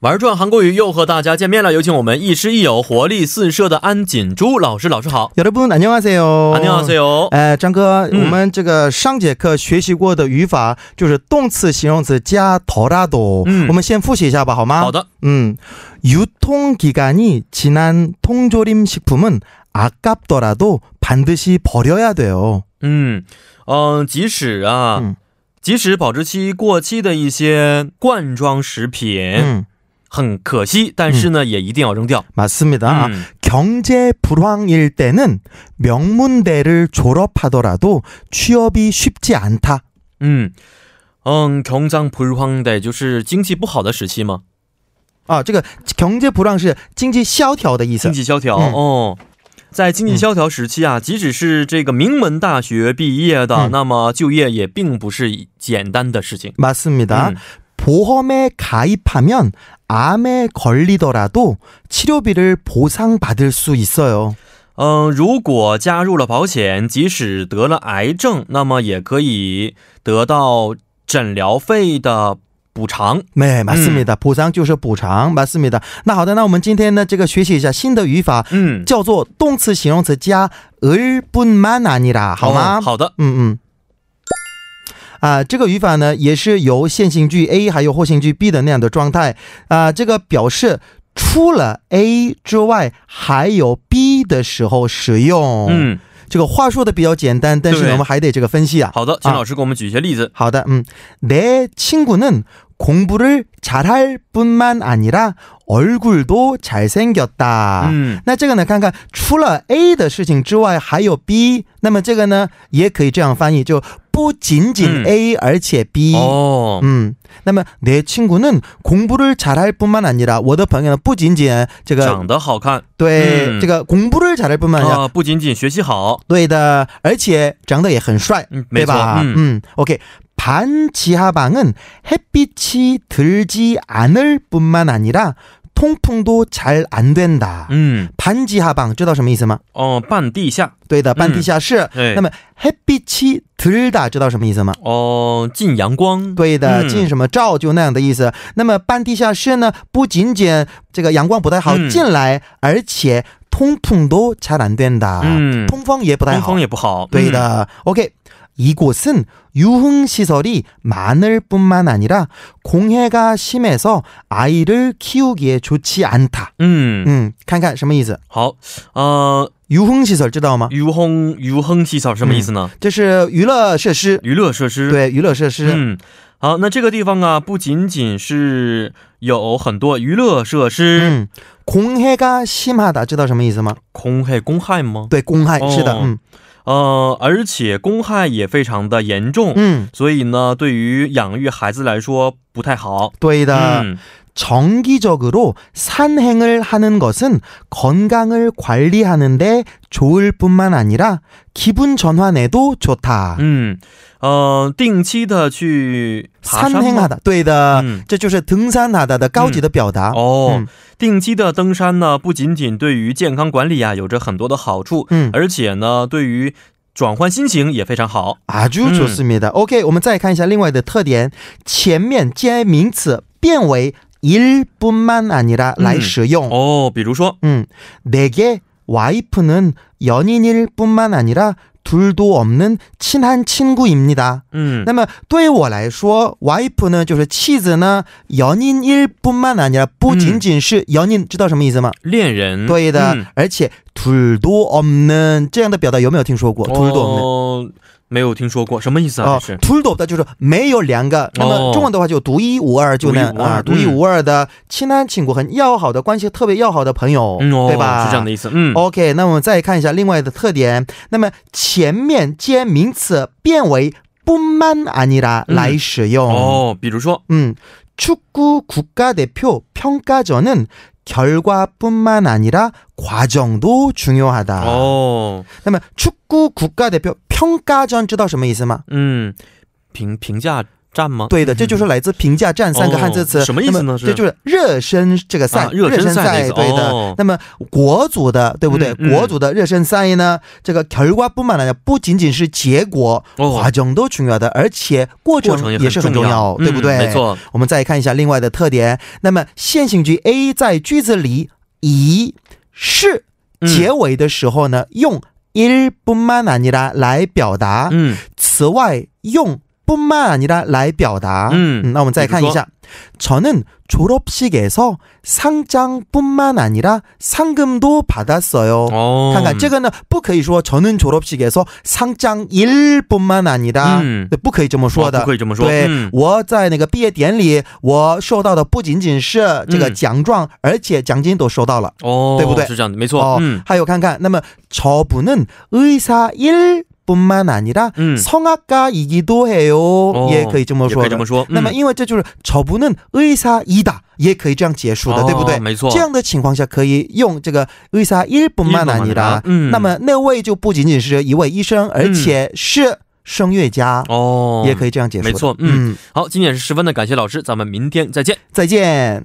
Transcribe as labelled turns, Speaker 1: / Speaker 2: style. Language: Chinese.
Speaker 1: 玩转韩国语又和大家见面了，有请我们亦师亦友、活力四射的安锦珠老师。老师好，
Speaker 2: 여러분 안녕하세요.
Speaker 1: 안녕하세요。
Speaker 2: 哎，张哥，我们这个上节课学习过的语法就是动词、形容词加 더라도。
Speaker 1: 嗯
Speaker 2: 我们先复习一下吧，好吗？
Speaker 1: 好。的，
Speaker 2: 嗯，유통기간이지난통조림식품은아깝더라도반드시버려야돼요。
Speaker 1: 嗯嗯、呃即使啊、
Speaker 2: 嗯
Speaker 1: 即使保质期过期的一些罐装食品、
Speaker 2: 嗯，
Speaker 1: 很可惜，但是呢、也一定要扔掉。
Speaker 2: 음. 맞습니다.
Speaker 1: 음.
Speaker 2: 경제 불황일 때는 명문대를 졸업하더라도 취업이 쉽지 않다.
Speaker 1: 嗯嗯，경장불황的就是经济不好的时期嘛，
Speaker 2: 啊，这个 아, 경제불황是经济萧条的意思
Speaker 1: 经。济萧条、
Speaker 2: 嗯
Speaker 1: 哦。在经济萧条时期啊，即使是这个名门大学毕业的，
Speaker 2: 嗯
Speaker 1: 那么就业也并不是简单的事情。嗯
Speaker 2: 맞습니다. 보험에 가입하면 암에 걸리더라도 치료비를 보상받을 수 있어요.
Speaker 1: 嗯、如果加入了保险，即使得了癌症，那么也可以得到诊疗费的补偿。
Speaker 2: 네, 맞습니다. 보상 就是补偿 맞습니다. 那好的，那我们今天呢，这个学习一下新的语法，
Speaker 1: 嗯，
Speaker 2: 叫做动词、形容词加을뿐만아니라，好吗？
Speaker 1: 哦好的，
Speaker 2: 嗯嗯。啊，这个语法呢，也是由线性句 A 还有后行句 B 的那样的状态啊。这个表示除了 A 之外还有 B 的时候使用。，
Speaker 1: 嗯，
Speaker 2: 这个话说的比较简单，但是呢
Speaker 1: 对
Speaker 2: 我们还得这个分析啊。
Speaker 1: 好的，请
Speaker 2: 啊
Speaker 1: 老师给我们举一些例子。
Speaker 2: 好的，嗯，내친구는공부를잘할뿐만아니라얼굴도잘생겼다。
Speaker 1: 嗯，
Speaker 2: 那这个呢，看看除了 A 的事情之外，还有 B。那么这个呢，也可以这样翻译，就不仅仅
Speaker 1: 嗯
Speaker 2: A，、而且 B。
Speaker 1: 哦，
Speaker 2: 嗯，那么내친구는공부를잘할뿐만아니라，我的朋友呢，不仅仅这个
Speaker 1: 长得好看
Speaker 2: 对、
Speaker 1: 嗯
Speaker 2: 这个공부를잘할뿐만아니라，
Speaker 1: 啊，不仅仅学习好，
Speaker 2: 对的，而且长得也很帅，
Speaker 1: 嗯，没
Speaker 2: 对
Speaker 1: 错，
Speaker 2: 吧？
Speaker 1: 嗯，
Speaker 2: 음, 오케이. 반지하방은 햇빛이 들지 않을 뿐만 아니라 통풍도 잘 안 된다.
Speaker 1: 嗯，
Speaker 2: 반지하방, 知道什么意思吗？
Speaker 1: 哦、半地下，
Speaker 2: 对的，半地下室。
Speaker 1: 哎，
Speaker 2: 那么 햇빛이 들다 知道什么意思吗？
Speaker 1: 哦，进阳光，
Speaker 2: 对的，
Speaker 1: 嗯
Speaker 2: 进什么照就那样的意思。那么半地下室呢，不仅仅这个阳光不太好
Speaker 1: 嗯
Speaker 2: 进来，而且通풍도잘안된다，
Speaker 1: 嗯，
Speaker 2: 通风啊也不太
Speaker 1: 通
Speaker 2: 好
Speaker 1: 风。也不好，
Speaker 2: 对
Speaker 1: 嗯
Speaker 2: 的。OK. 이곳은 유흥 시설이 많을 뿐만 아니라 공해가 심해서 아이를 키우기에 좋지 않다.
Speaker 1: 嗯，
Speaker 2: 음, 看看什么意思?
Speaker 1: 好，呃，
Speaker 2: 유흥 시설 知道吗?
Speaker 1: 余亨余亨洗澡是什么意思呢？
Speaker 2: 这是娱乐设施.
Speaker 1: 娱乐设施，，
Speaker 2: 嗯 네, 对,娱乐设施.
Speaker 1: 嗯，好，那这个地方啊，不仅仅是有很多娱乐设施，
Speaker 2: 음. 공해가 심하다. 知道什么意思吗?
Speaker 1: 公害公害吗？
Speaker 2: 对,공해.
Speaker 1: 어.
Speaker 2: 是的. 음.
Speaker 1: 呃，而且公害也非常的严重，
Speaker 2: 음.
Speaker 1: 所以呢，对于养育孩子来说不太好。
Speaker 2: 对的.
Speaker 1: 嗯，
Speaker 2: 정기적으로 산행을 하는 것은 건강을 관리하는데 좋을 뿐만 아니라 기분 전환에도 좋다.
Speaker 1: 嗯，呃，定期的去爬山吗？
Speaker 2: 산행하다. 啊对的.
Speaker 1: 嗯，
Speaker 2: 这就是등산하다的高级的表达.
Speaker 1: 哦，
Speaker 2: 嗯
Speaker 1: 定期的登山呢，不仅仅对于健康管理啊有着很多的好处，
Speaker 2: 음.
Speaker 1: 而且呢，对于转换心情也非常好。
Speaker 2: 아주
Speaker 1: 음.
Speaker 2: 좋습니다.
Speaker 1: 嗯
Speaker 2: 오케이. 我们再看一下另外的特点.前面接名词变为일뿐만 아니라
Speaker 1: 음.
Speaker 2: 来使用.
Speaker 1: 哦，比如说，
Speaker 2: 음. 내게 와이프는 연인일 뿐만 아니라 둘도 없는 친한 친구입니다.
Speaker 1: 嗯，
Speaker 2: 那么对我来说，wife 呢就是妻子呢，연인일뿐만아니라不
Speaker 1: 嗯
Speaker 2: 仅仅是연인，知道什么意思吗？
Speaker 1: 恋人，
Speaker 2: 对的，
Speaker 1: 嗯
Speaker 2: 而且둘도없는这样的表达有没有听说过？둘도없는。
Speaker 1: 哦，没有听说过，什么意思啊？
Speaker 2: 哦
Speaker 1: 这是，哦
Speaker 2: 둘도없다就是没有两个。那么中文的话就独一无二，就那样啊，
Speaker 1: 独
Speaker 2: 独
Speaker 1: 一
Speaker 2: 一
Speaker 1: 无嗯
Speaker 2: 无二的亲安亲故，很要好的关系，特别要好的朋友，
Speaker 1: 嗯哦，
Speaker 2: 对吧？哦
Speaker 1: 是这样的意思，嗯，
Speaker 2: OK，那我们再看一下另外的特点。那么前面接名词变为뿐만아니라
Speaker 1: 嗯
Speaker 2: 来使用。
Speaker 1: 哦，比如说，
Speaker 2: 음, 축구 국가대표 평가전은 결과뿐만 아니라 과정도 중요하다.
Speaker 1: 哦，
Speaker 2: 그러면
Speaker 1: 嗯
Speaker 2: 축구 국가대표 평가전 知道什么意思吗?
Speaker 1: 嗯，评评价站吗？
Speaker 2: 对的，这就是来自评价站三个汉字词。
Speaker 1: 哦什么意思呢
Speaker 2: 那么
Speaker 1: 是
Speaker 2: 这就是热身这个赛，
Speaker 1: 啊热身赛的意思
Speaker 2: 对的、
Speaker 1: 哦
Speaker 2: 那么国足的，对不对？
Speaker 1: 嗯嗯
Speaker 2: 国足的热身赛呢，这个결과뿐만아니라不仅仅是结果，
Speaker 1: 哦
Speaker 2: 과정도重要的，而且
Speaker 1: 过
Speaker 2: 过
Speaker 1: 程
Speaker 2: 程
Speaker 1: 也
Speaker 2: 也是很重要，对不对、
Speaker 1: 嗯
Speaker 2: 啊
Speaker 1: 没。错，
Speaker 2: 我们再看一下另外的特点。那么线性句 A 在句子里以是
Speaker 1: 嗯
Speaker 2: 结尾的时候呢，用 일뿐만아니라来表达。
Speaker 1: 嗯，
Speaker 2: 此外用뿐만아니라来表达。
Speaker 1: 嗯
Speaker 2: 那我们再看一下，저는졸업식에서상장뿐만아니라상금도받았어요。
Speaker 1: 哦，
Speaker 2: 看看这
Speaker 1: 个，
Speaker 2: 个呢，不可以说저는졸업식에서상장일뿐만아니라，
Speaker 1: 嗯
Speaker 2: 不可以这么啊说的。
Speaker 1: 不可以这么说，
Speaker 2: 对、
Speaker 1: 嗯
Speaker 2: 我在那个毕业典礼，我收到的不仅仅是这个
Speaker 1: 嗯
Speaker 2: 奖状，而且奖金都收到了。
Speaker 1: 哦，
Speaker 2: 对不对哦
Speaker 1: 是这样的，没错，嗯
Speaker 2: 还有看看，那么저분은의사일뿐만아니라
Speaker 1: 嗯，
Speaker 2: 성악가이기도해요，
Speaker 1: 哦
Speaker 2: 也可以这么
Speaker 1: 也
Speaker 2: 说
Speaker 1: 可以
Speaker 2: 的。
Speaker 1: 这么说，嗯
Speaker 2: 那么，因为这就是저분은의사이다，也可以这样结束的，
Speaker 1: 哦
Speaker 2: 对不对？
Speaker 1: 没错
Speaker 2: 这样的情况下可以用这个의사일뿐만아니라。
Speaker 1: 嗯，
Speaker 2: 那么那位就不仅仅是一位医生，而且是声乐家，
Speaker 1: 哦，
Speaker 2: 也可以这样解释。
Speaker 1: 没错嗯
Speaker 2: 嗯，
Speaker 1: 好，今天也是十分的感谢老师，咱们明天再见。
Speaker 2: 再见。